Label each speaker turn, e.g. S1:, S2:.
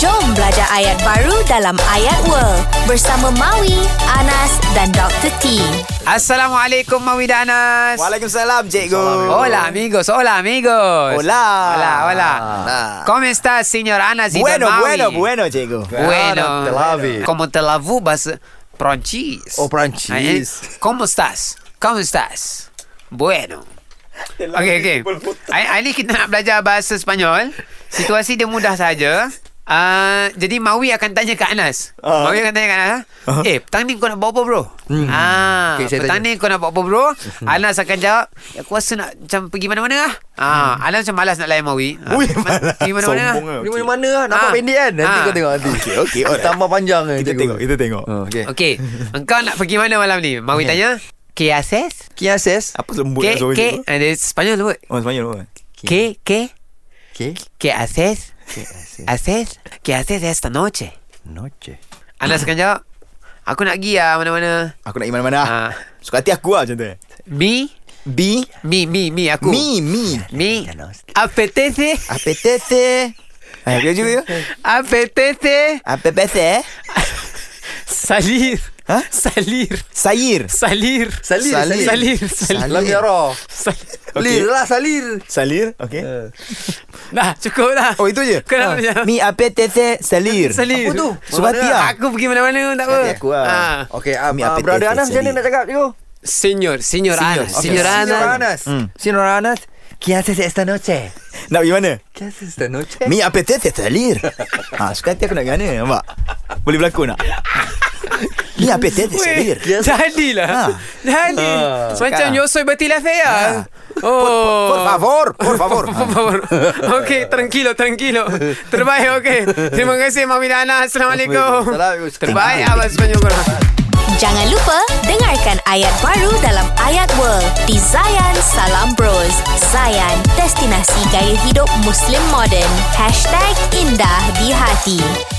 S1: Belajar ayat baru dalam Ayat World bersama Maui, Anas dan Dr. T.
S2: Assalamualaikum Mawi dan Anas.
S3: Waalaikumsalam, cikgu.
S2: Hola amigos, hola amigos.
S3: Hola.
S2: Hola, hola.
S3: Ah.
S2: ¿Cómo estás, señor Anas y
S3: Bueno,
S2: don Maui?
S3: bueno, bueno, cikgu.
S2: Bueno.
S4: Tel Aviv.
S2: Como te lavo vas Pronchis. ¿eh?
S4: Oh, Prancis.
S2: ¿Cómo estás? ¿Cómo estás? Bueno. Okey, okey. Hari hari ni kita nak belajar bahasa Sepanyol. Situasi dia mudah saja. Uh, jadi Mawi akan tanya ke Anas.
S3: Ah.
S2: Mawi akan tanya ke Anas. Eh, petang ni kau nak buat apa bro? Hmm. Ah,
S4: Okey, saya
S2: petang
S4: tanya.
S2: ni kau nak buat apa bro? Anas akan jawab, aku rasa nak macam pergi mana-mana lah. Ah, Anas macam malas nak layan Mawi. Ah,
S3: Ui,
S2: ma-
S3: malas.
S2: Pergi mana-mana lah.
S3: Sombong lah.
S4: Ni mana mana lah Nampak
S2: Ah.
S4: pendek kan Nanti
S2: Ah.
S4: kau tengok nanti
S3: Okey, okey, alright.
S4: Tambah panjang kan
S3: Kita tengok, kita tengok.
S4: Okay
S2: Okey, engkau nak pergi mana malam ni? Mawi tanya. ¿Qué haces?
S4: Kia ses
S3: Apa lembut
S2: ¿Qué,
S3: nak suara
S2: qué?
S3: cikgu?
S2: Ada Sepanyol tu.
S3: Oh, Semayang apa?
S2: ¿Qué, qué?
S4: Okay
S2: ¿Qué haces? ¿Haces? ¿Qué haces esta noche?
S4: Noche
S2: Anas akan jawab. Aku nak pergi lah mana-mana.
S3: Aku nak pergi mana-mana. lah.
S2: Ah.
S3: Suka hati aku lah macam tu.
S2: Mi,
S3: B,
S2: mi, mi, mi aku.
S3: me, me.
S2: Mi.
S3: Ya,
S2: Apetece,
S3: Apetece. Ay, apa juga ya?
S2: apetece
S3: Apetece.
S2: salir.
S3: Ha?
S2: Salir,
S3: Sayir.
S2: salir.
S4: Salir
S3: Salir.
S2: Salir,
S3: Salir.
S2: salir.
S4: Salam ya roh
S2: Salir.
S4: Salir lah salir
S3: Salir, okey.
S2: Dah, cukup dah.
S3: Eh. Oh, itu je?
S2: Kau nak
S3: Ah.
S2: macam-
S3: Mi apetece salir.
S2: Salir.
S4: Apa tu?
S3: Subhati
S4: Mana-mana
S3: lah.
S2: Aku pergi mana-mana pun tak apa.
S3: Suka hati aku lah.
S2: Ah.
S4: Okay ah,
S3: Mi
S4: ah,
S3: apetece
S4: Brother Anas macam mana
S3: salir.
S4: nak cakap cikgu
S2: Senior, senior Anas.
S4: Okay.
S2: Senior
S4: Senor
S2: Anas.
S4: Anas
S3: Hmm.
S4: Senor Anas Kia ses esta noche
S3: Nak pergi mana?
S4: Kia ses esta noche
S3: Mi apetece salir. ha, suka hati aku nak pergi mana, nampak? Boleh berlakon tak? Mi apetece salir.
S4: Kia ses
S2: Jadilah.
S3: Ah.
S2: Jadi.
S4: Ah.
S2: Macam
S4: Cakap.
S2: yo soy Betty la Fea. Oh.
S3: Por favor, por favor.
S2: Por favor. Okey, tranquilo, tranquilo. Terbaik, okey. Terima kasih, Mami Dana. Assalamualaikum.
S4: Assalamualaikum.
S2: Terbaik, abang Sepanyol korang.
S1: Jangan lupa dengarkan ayat baru dalam Ayat World di Zayan Salam Bros. Zayan, destinasi gaya hidup Muslim modern. #IndahDiHati